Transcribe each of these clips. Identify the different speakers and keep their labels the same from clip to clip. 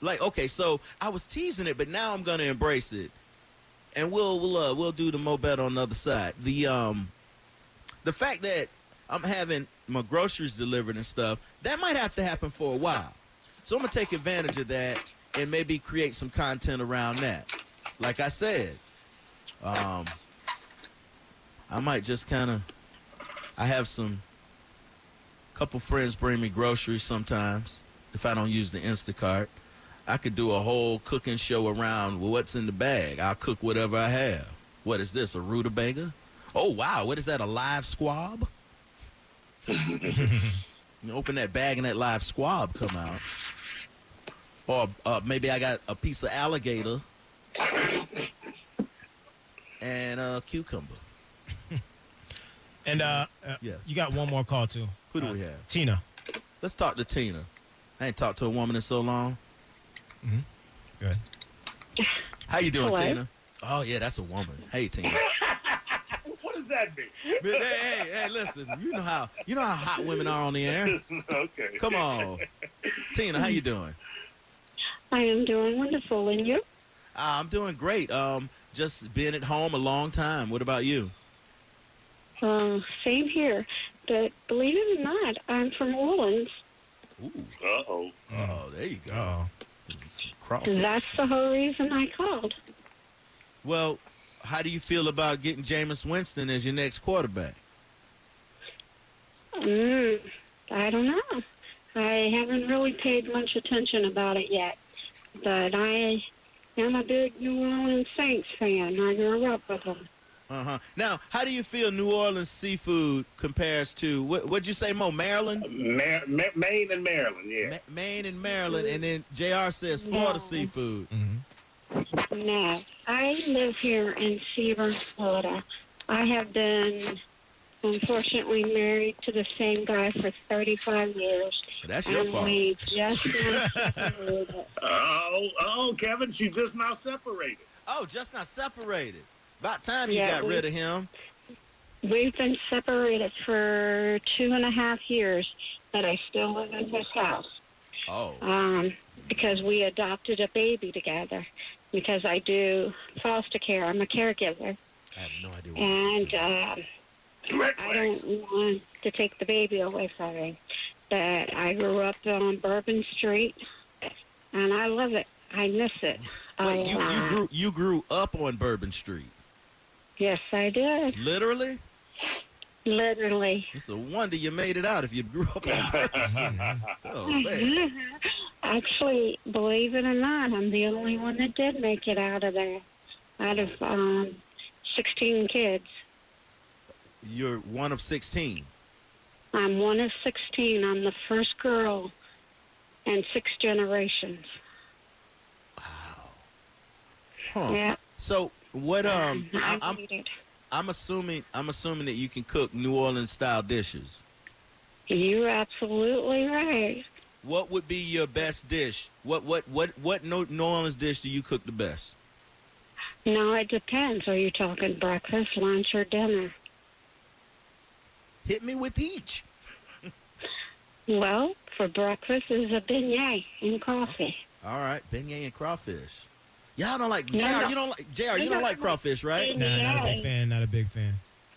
Speaker 1: like okay, so I was teasing it, but now I'm gonna embrace it, and we'll we'll uh, we'll do the mo bet on the other side. The um, the fact that I'm having my groceries delivered and stuff that might have to happen for a while, so I'm gonna take advantage of that and maybe create some content around that. Like I said, um, I might just kind of I have some couple friends bring me groceries sometimes if I don't use the Instacart. I could do a whole cooking show around what's in the bag. I'll cook whatever I have. What is this? A rutabaga? Oh wow, what is that? A live squab? you open that bag and that live squab come out. Or uh, maybe I got a piece of alligator and a cucumber.
Speaker 2: And uh, uh,
Speaker 1: Yes.
Speaker 2: you got one more call too.
Speaker 1: Who do
Speaker 2: Uh,
Speaker 1: we have?
Speaker 2: Tina.
Speaker 1: Let's talk to Tina. I ain't talked to a woman in so long.
Speaker 2: Good.
Speaker 1: How you doing,
Speaker 3: Hello?
Speaker 1: Tina? Oh yeah, that's a woman. Hey, Tina.
Speaker 4: What does that mean?
Speaker 1: Man, hey, hey, hey, listen. You know how you know how hot women are on the air.
Speaker 4: okay.
Speaker 1: Come on, Tina. How you doing?
Speaker 3: I am doing wonderful, and you?
Speaker 1: Uh, I'm doing great. Um, just been at home a long time. What about you?
Speaker 3: Uh, same here. But believe it or not, I'm from New Orleans.
Speaker 1: Ooh.
Speaker 4: Uh oh.
Speaker 1: Oh, there you go.
Speaker 2: Oh.
Speaker 1: Some crawfish.
Speaker 3: That's the whole reason I called.
Speaker 1: Well, how do you feel about getting Jameis Winston as your next quarterback?
Speaker 3: Mm, I don't know. I haven't really paid much attention about it yet. But I am a big New Orleans Saints fan. I grew up with them.
Speaker 1: Uh huh. Now, how do you feel New Orleans seafood compares to what? What'd you say, Mo? Maryland,
Speaker 4: Mar- Ma- Maine and Maryland, yeah.
Speaker 1: Ma- Maine, and Maryland, and then Jr. says Florida
Speaker 3: No.
Speaker 1: seafood.
Speaker 2: hmm
Speaker 3: No, I live here in Seaburn, Florida. I have been unfortunately married to the same guy for 35 years.
Speaker 1: That's your
Speaker 3: and
Speaker 1: fault.
Speaker 3: we just now separated.
Speaker 4: Oh, oh, Kevin, she just now separated.
Speaker 1: Oh, just not separated. About time you
Speaker 3: Yeah,
Speaker 1: got
Speaker 3: we-
Speaker 1: rid of him.
Speaker 3: We've been separated for two and a half years, but I still live in his house
Speaker 1: Oh,
Speaker 3: um, because we adopted a baby together. Because I do foster care, I'm a caregiver,
Speaker 1: I have no idea what this is.
Speaker 3: and um,
Speaker 4: Red
Speaker 3: I
Speaker 4: flag.
Speaker 3: don't want to take the baby away from him. But I grew up on Bourbon Street, and I love it. I miss it. a
Speaker 1: Wait, you, you
Speaker 3: lot.
Speaker 1: grew you grew up on Bourbon Street,
Speaker 3: Yes, I did.
Speaker 1: literally.
Speaker 3: Literally.
Speaker 1: It's a wonder you made it out if you grew up on Bourbon Street. Oh
Speaker 3: Mm-hmm.
Speaker 1: man,
Speaker 3: Actually, believe it or not, I'm the only one that did make it out of there. Out of um, 16 kids,
Speaker 1: you're one of sixteen.
Speaker 3: I'm one of 16. I'm the first girl in six generations.
Speaker 1: Huh.
Speaker 3: Yeah,
Speaker 1: So what? Oh, Um, I,
Speaker 3: I
Speaker 1: I'm
Speaker 3: made it.
Speaker 1: I'm assuming I'm assuming that you can cook New Orleans style dishes.
Speaker 3: You're absolutely right.
Speaker 1: What would be your best dish? What what what what New New Orleans dish do you cook the best?
Speaker 3: No, it depends. Are you talking breakfast, lunch, or dinner?
Speaker 1: Hit me with each.
Speaker 3: Well, for breakfast is a beignet and coffee.
Speaker 1: All right, beignet and crawfish. Y'all don't like
Speaker 3: No,
Speaker 1: Jr.
Speaker 3: no.
Speaker 1: You don't like Jr. You
Speaker 3: No,
Speaker 1: don't
Speaker 3: no,
Speaker 1: like
Speaker 3: no.
Speaker 1: crawfish, right?
Speaker 2: Nah, not a big fan. Not a big fan.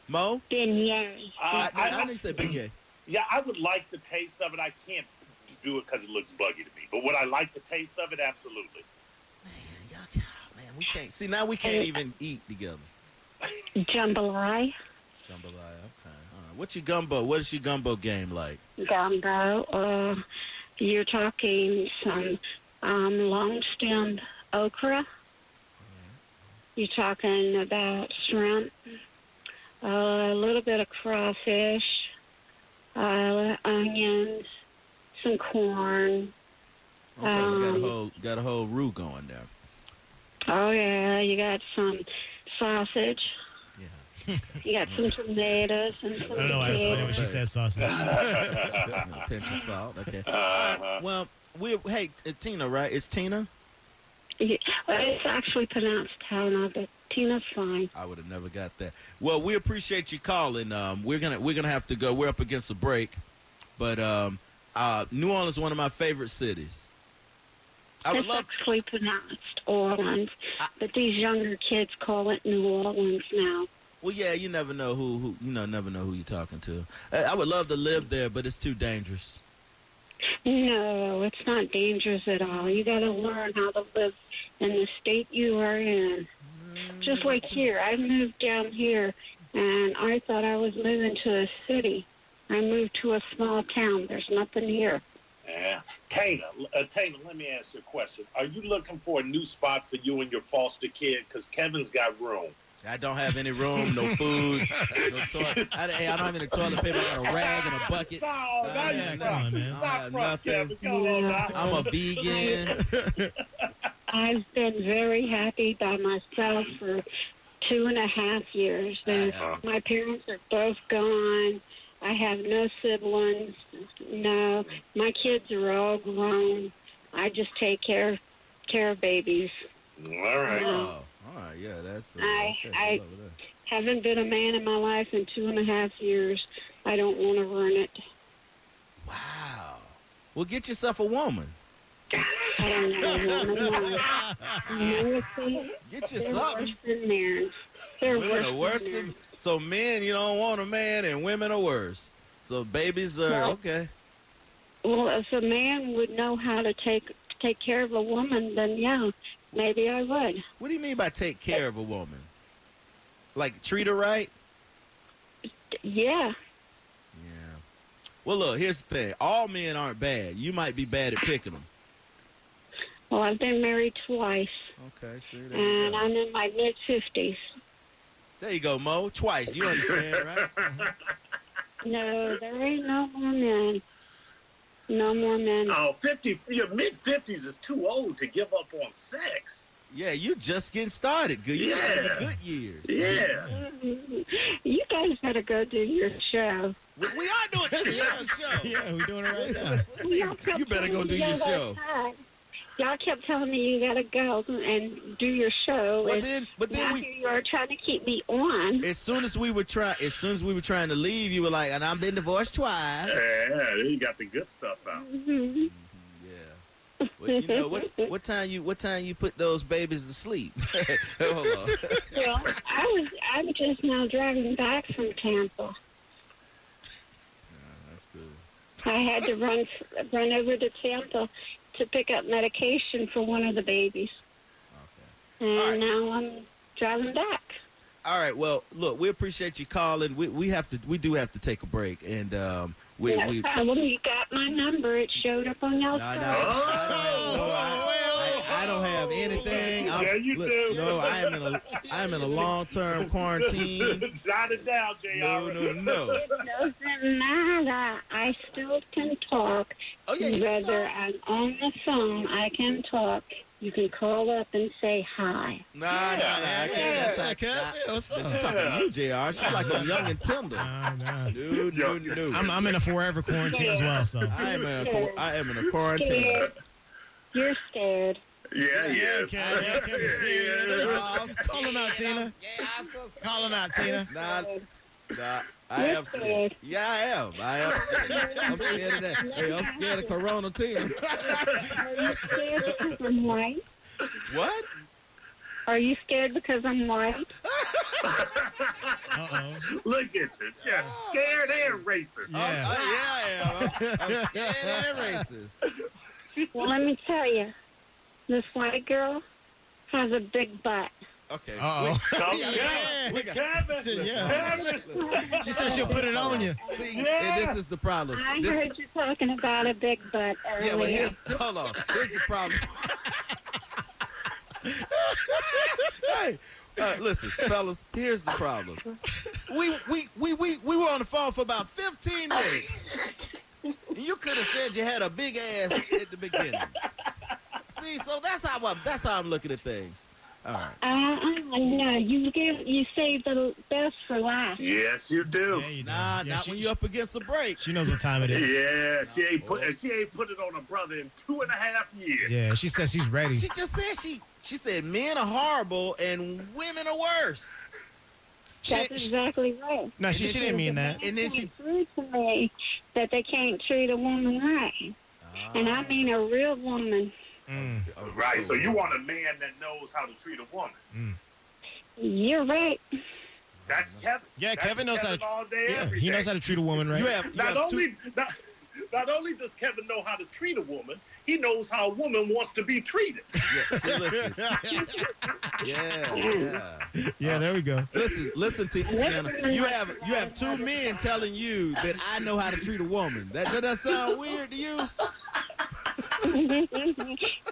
Speaker 1: Mo,
Speaker 3: Beignet.
Speaker 4: Uh,
Speaker 1: I, I,
Speaker 4: I-
Speaker 1: know you said beignet.
Speaker 4: Yeah, I would like the taste of it. I can't do it because it looks buggy to me. But would I like the taste of it? Absolutely.
Speaker 1: Man, y'all, God, man, we can't. See now we can't even eat together.
Speaker 3: Jambalaya,
Speaker 1: Jambalaya, okay. All right. What's your gumbo? What is your gumbo game like?
Speaker 3: gumbo, or you're talking some um, long-stemmed okra. You're talking about shrimp, uh, a little bit of crawfish, uh, onions, some corn.
Speaker 1: Okay, we got a
Speaker 3: Um,
Speaker 1: whole got a whole roux going there.
Speaker 3: Oh yeah, you got some sausage.
Speaker 1: Yeah.
Speaker 3: You got some tomatoes and some
Speaker 2: I don't know why I was funny when
Speaker 3: potatoes.
Speaker 2: she said sausage.
Speaker 1: A pinch of salt. Okay.
Speaker 4: Uh-huh.
Speaker 1: Well, we hey uh, Tina, right? It's Tina.
Speaker 3: Yeah, well, it's actually pronounced Helena, but Tina's fine.
Speaker 1: I would have never got that. Well, we appreciate you calling. Um, we're gonna we're gonna have to go. We're up against a break, but um, uh, New Orleans is one of my favorite cities. I would
Speaker 3: It's
Speaker 1: love.
Speaker 3: actually pronounced Orleans,
Speaker 1: I-
Speaker 3: but these younger kids call it New Orleans now.
Speaker 1: Well, yeah, you never know who who you know never know who you're talking to. I, I would love to live there, but it's too dangerous.
Speaker 3: No, it's not dangerous at all. You got to learn how to live in the state you are in. Just like here, I moved down here, and I thought I was moving to a city. I moved to a small town. There's nothing here.
Speaker 4: Yeah. Tana, uh, Tana, let me ask you a question. Are you looking for a new spot for you and your foster kid? Because Kevin's got room.
Speaker 1: I don't have any room, no food, no toilet. I, hey, I don't have any toilet paper. I got a rag and a bucket.
Speaker 4: No,
Speaker 1: Nah,
Speaker 4: Oh, now
Speaker 1: yeah,
Speaker 4: you
Speaker 1: come
Speaker 4: front.
Speaker 2: on, man.
Speaker 4: Stop
Speaker 1: I have
Speaker 4: front,
Speaker 1: nothing.
Speaker 4: Kevin. Come on now.
Speaker 1: I'm a vegan.
Speaker 3: I've been very happy by myself for two and a half years. And
Speaker 1: Uh-huh.
Speaker 3: my parents are both gone. I have no siblings. No, my kids are all grown. I just take care care of babies.
Speaker 4: All right.
Speaker 1: Oh, all right, yeah, that's. Uh,
Speaker 3: I-
Speaker 1: okay,
Speaker 3: I-
Speaker 1: love that.
Speaker 3: Haven't been a man in my life in two and a half years. I don't want to ruin it.
Speaker 1: uh, Wow. Well, get yourself a woman.
Speaker 3: I don't want to ruin it. Honestly,
Speaker 1: Get
Speaker 3: They're
Speaker 1: yourself.
Speaker 3: worse than men. They're
Speaker 1: Women are worse
Speaker 3: than
Speaker 1: than
Speaker 3: men.
Speaker 1: so men. You don't want a man, and women are worse. So babies are
Speaker 3: Well-
Speaker 1: okay.
Speaker 3: Well, if a man would know how to take take care of a woman, then yeah, maybe I would
Speaker 1: What do you mean by take care of a woman? Like treat her right?
Speaker 3: yeah.
Speaker 1: Yeah. Well, look, here's the thing. All men aren't bad. You might be bad at picking them.
Speaker 3: Well, I've been married twice,
Speaker 1: Okay, see there you
Speaker 3: and
Speaker 1: go.
Speaker 3: Mm, I'm in my mid fifties.
Speaker 1: There you go, Mo. Twice. You understand, right?
Speaker 3: No, there ain't no more men. No more men.
Speaker 4: Oh, 50, your mid 50s is too old to give up on sex.
Speaker 1: Yeah, you just getting started. Good. You yeah.
Speaker 4: Yeah.
Speaker 1: the good years.
Speaker 4: Yeah.
Speaker 3: Mm-hmm. You guys better go do your show.
Speaker 1: We, we are doing this is our show.
Speaker 2: Yeah, we're doing it right now.
Speaker 3: Y'all kept
Speaker 1: You better go
Speaker 3: telling
Speaker 1: do
Speaker 3: me
Speaker 1: your
Speaker 3: all that
Speaker 1: show.
Speaker 3: time. Y'all kept telling me you gotta go and do your show.
Speaker 1: But
Speaker 3: and
Speaker 1: then, but then
Speaker 3: now
Speaker 1: we.
Speaker 3: here you are trying to keep me on.
Speaker 1: As soon as we were trying, as soon as we were trying to leave, you were like, "And I've been divorced twice."
Speaker 4: Yeah, you got the good stuff out.
Speaker 3: Mhm.
Speaker 1: Yeah. Well, you know what? What time you? What time you put those babies to sleep? Hold on.
Speaker 3: Well, I was I'm just now driving back from Tampa.
Speaker 1: That's cool.
Speaker 3: I had to run run over to Tampa to pick up medication for one of the babies,
Speaker 1: Okay.
Speaker 3: and
Speaker 1: All right.
Speaker 3: now I'm driving back.
Speaker 1: All right. Well, look, we appreciate you calling. We we have to. We do have to take a break, and um, we
Speaker 3: Yeah,
Speaker 1: we.
Speaker 3: well, you got my number. It showed up on y'all's
Speaker 1: No, no,
Speaker 3: phone.
Speaker 1: I, I, I don't have anything. I'm,
Speaker 4: Yeah, you
Speaker 1: look,
Speaker 4: do.
Speaker 1: No, I am in a I am in a long term quarantine.
Speaker 4: Jot it down, JR.
Speaker 1: No, no, no.
Speaker 3: It doesn't matter. I still can talk.
Speaker 1: Oh yeah, you can
Speaker 3: Whether
Speaker 1: talk.
Speaker 3: I'm on the phone, I can talk. You can call up and say hi.
Speaker 1: Nah, nah, nah. I can't. That's
Speaker 2: Yeah,
Speaker 1: not,
Speaker 2: Kev. Yeah, what's
Speaker 1: She's
Speaker 2: up?
Speaker 1: talking to you, Jr. She's like I'm young and tender.
Speaker 2: Nah, nah.
Speaker 1: No, no, no.
Speaker 2: I'm, I'm in a forever quarantine as well, so.
Speaker 1: I am in a quar- I am in a quarantine.
Speaker 3: Scared. You're scared.
Speaker 4: Yeah, yes.
Speaker 2: Yeah, yeah, Kev is scared. Call him out, Tina. Call him out, Tina.
Speaker 1: Nah, nah, I am scared. Yeah, I am. I am scared. I'm scared of that. Hey, I'm scared of Corona Tina.
Speaker 3: Are you scared because I'm white?
Speaker 1: What?
Speaker 3: Are you scared because I'm white?
Speaker 2: Uh-oh.
Speaker 4: Look at you. Yeah, scared and racist.
Speaker 1: I'm, uh,
Speaker 2: Yeah.
Speaker 1: I, yeah, I am. I'm, I'm scared and racist.
Speaker 3: Well, let me tell you, this white girl has a big butt.
Speaker 1: Okay.
Speaker 2: Uh-oh.
Speaker 4: Oh,
Speaker 1: Yeah.
Speaker 4: yeah.
Speaker 1: We
Speaker 4: Kevin.
Speaker 2: Yeah.
Speaker 4: Kevin.
Speaker 2: She said she'll put it on you.
Speaker 1: See, and this is the problem.
Speaker 3: I
Speaker 1: This-
Speaker 3: heard you talking about a big butt
Speaker 1: yeah, but
Speaker 3: earlier.
Speaker 1: here's hold on. Here's the problem. hey, uh, listen, fellas. Here's the problem. We we we we we were on the phone for about 15 minutes. And you could have said you had a big ass at the beginning. See, so that's how I'm, that's how I'm looking at things. All right.
Speaker 3: Uh, uh, no, you give you save the best for last.
Speaker 4: Yes, you do.
Speaker 2: There you go.
Speaker 1: Nah,
Speaker 2: Yeah,
Speaker 1: not
Speaker 2: she-
Speaker 1: when you're up against a break.
Speaker 2: She knows what time it is.
Speaker 4: Yeah, she ain't put she ain't put it on her brother in two and a half years.
Speaker 2: Yeah, she says she's ready.
Speaker 1: She just said she she said men are horrible and women are worse.
Speaker 2: She
Speaker 3: That's
Speaker 2: didn't-
Speaker 3: exactly right.
Speaker 2: no, she, she didn't mean that.
Speaker 1: And then she-
Speaker 3: proved to
Speaker 1: Uh-huh. Uh.
Speaker 3: me that they can't treat a woman right, and I mean a real woman.
Speaker 2: Mm.
Speaker 4: Right. So you want a man that knows how to treat a woman.
Speaker 3: You're right.
Speaker 4: That's Kevin.
Speaker 2: Yeah,
Speaker 4: That's
Speaker 2: Kevin knows how to-
Speaker 4: all day,
Speaker 2: Yeah,
Speaker 4: every
Speaker 2: he
Speaker 4: day.
Speaker 2: knows how to treat a woman, right?
Speaker 1: You have you
Speaker 4: Not
Speaker 1: have two,
Speaker 4: only not, not only does Kevin know how to treat a woman, he knows how a woman wants to be treated.
Speaker 1: yeah, see, listen, yeah, yeah.
Speaker 2: yeah, there we go.
Speaker 1: Listen, listen to Tiana. You have you have two men telling you that I know how to treat a woman. That does that sound weird to you?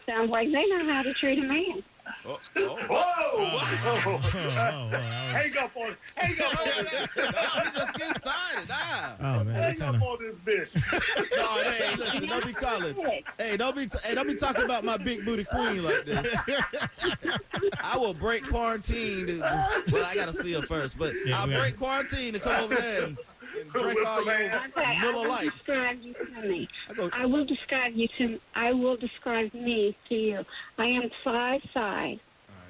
Speaker 3: Sounds like they know how to treat a man.
Speaker 1: Oh, oh.
Speaker 4: Whoa!
Speaker 2: Oh, oh, oh, that was-
Speaker 4: hang up on hang up on that.
Speaker 1: No, we just get started. Ah.
Speaker 2: oh, man, that
Speaker 4: Hang
Speaker 2: kind
Speaker 4: up
Speaker 2: of.
Speaker 4: on this bitch.
Speaker 1: No, hey, listen, don't be calling. Hey, don't be hey, don't be talking about my big booty queen like this. I will break quarantine. To, well, I gotta see her first, but
Speaker 2: Yeah,
Speaker 1: I'll
Speaker 2: we gotta-
Speaker 1: break quarantine to come over there and, and drink all your
Speaker 3: Okay, I
Speaker 1: Miller
Speaker 3: will
Speaker 1: Lights.
Speaker 3: describe you to me.
Speaker 1: I go,
Speaker 3: I will describe you to. I will describe me to you. I am five five.
Speaker 1: all right,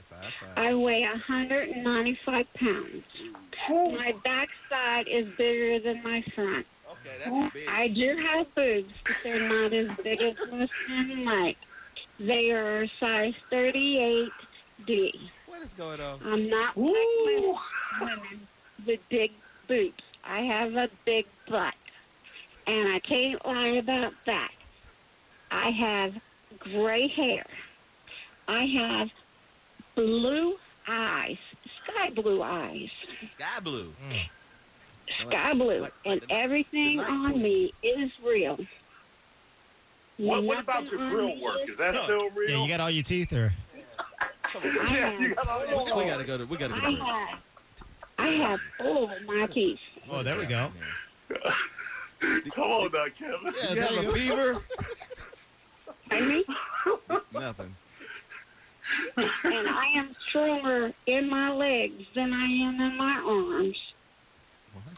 Speaker 1: five, five.
Speaker 3: I weigh 195 pounds. My backside is bigger than my front.
Speaker 1: Okay, that's big.
Speaker 3: I do have boobs, but they're not as big as most men like. They are size 38D.
Speaker 1: What is going on?
Speaker 3: I'm not like most women with big boobs. I have a big butt, and I can't lie about that. I have gray hair. I have blue eyes, sky blue eyes,
Speaker 1: Sky blue.
Speaker 2: Mm.
Speaker 3: sky blue,
Speaker 1: like-
Speaker 3: and
Speaker 1: like the-
Speaker 3: everything
Speaker 1: the night
Speaker 3: on
Speaker 1: queen.
Speaker 3: me is real.
Speaker 4: What, what about
Speaker 3: Nothing
Speaker 4: your
Speaker 3: on
Speaker 4: grill
Speaker 3: me
Speaker 4: work?
Speaker 3: is-
Speaker 4: Is that still real?
Speaker 2: Yeah, you got all your teeth there.
Speaker 3: I
Speaker 4: Yeah,
Speaker 3: have,
Speaker 4: you got all your-
Speaker 1: We gotta go to we gotta go
Speaker 3: I
Speaker 1: to break.
Speaker 3: have, I have all my teeth.
Speaker 2: Oh, there we go.
Speaker 4: Come on now, Kevin.
Speaker 2: Yeah,
Speaker 1: you
Speaker 2: there
Speaker 1: have
Speaker 2: you
Speaker 1: a
Speaker 2: go.
Speaker 1: fever?
Speaker 3: Pardon me?
Speaker 1: Nothing.
Speaker 3: and I am stronger in my legs than I am in my arms.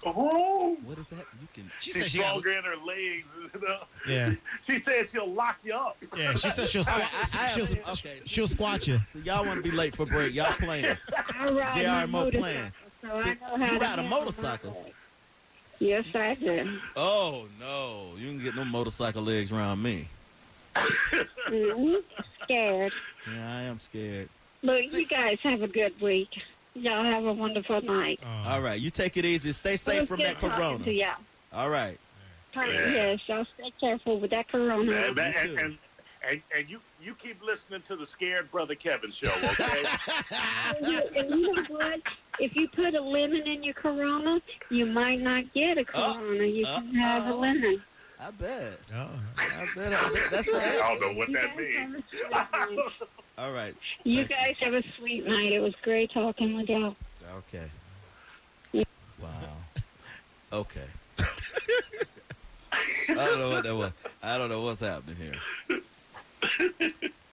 Speaker 1: What?
Speaker 4: Oh,
Speaker 1: What is that? You can.
Speaker 2: She said
Speaker 4: she's
Speaker 2: she got.
Speaker 4: stronger in her legs. you know?
Speaker 2: Yeah,
Speaker 4: She says she'll lock you up.
Speaker 2: yeah. She said she'll
Speaker 1: All right, I- I
Speaker 2: squat.
Speaker 1: have-
Speaker 2: She'll,
Speaker 1: okay, so-
Speaker 2: she'll squat you.
Speaker 1: So y'all want to be late for break? Y'all playing?
Speaker 3: I ride
Speaker 1: JR
Speaker 3: my
Speaker 1: Mo
Speaker 3: motorcycle,
Speaker 1: playing.
Speaker 3: so
Speaker 1: See,
Speaker 3: I know how
Speaker 1: you
Speaker 3: to
Speaker 1: ride a
Speaker 3: handle
Speaker 1: motorcycle.
Speaker 3: my legs. Yes, I do.
Speaker 1: Oh no! You can get no motorcycle legs around me.
Speaker 3: Mhm. Scared,
Speaker 1: Yeah, I am scared.
Speaker 3: but
Speaker 1: See-
Speaker 3: you guys have a good week. Y'all have a wonderful night.
Speaker 2: Oh,
Speaker 1: All right, you take it easy. Stay
Speaker 3: It
Speaker 1: safe
Speaker 3: was
Speaker 1: from
Speaker 3: good
Speaker 1: that
Speaker 3: talking
Speaker 1: corona.
Speaker 3: To y'all.
Speaker 1: All right.
Speaker 3: Pray-
Speaker 4: Yeah.
Speaker 3: Yes, y'all stay careful with that corona.
Speaker 4: Man, man,
Speaker 1: you
Speaker 4: and,
Speaker 1: too.
Speaker 4: and, and, and you, you keep listening to the Scared Brother Kevin show, okay?
Speaker 3: And you- and you know what? If you put a lemon in your corona, you might not get a
Speaker 1: Uh,
Speaker 3: corona. you can have a
Speaker 1: uh-oh.
Speaker 3: lemon.
Speaker 1: I bet.
Speaker 2: oh.
Speaker 1: I bet. I bet. That's the
Speaker 4: I
Speaker 1: answer.
Speaker 4: don't know what
Speaker 3: You
Speaker 4: that
Speaker 3: guys have
Speaker 4: means.
Speaker 3: a sweet night.
Speaker 1: All right.
Speaker 3: You
Speaker 1: Thank you.
Speaker 3: guys have a sweet night. It was great talking with y'all.
Speaker 1: Okay. Wow. Okay. I don't know what that was. I don't know what's happening here.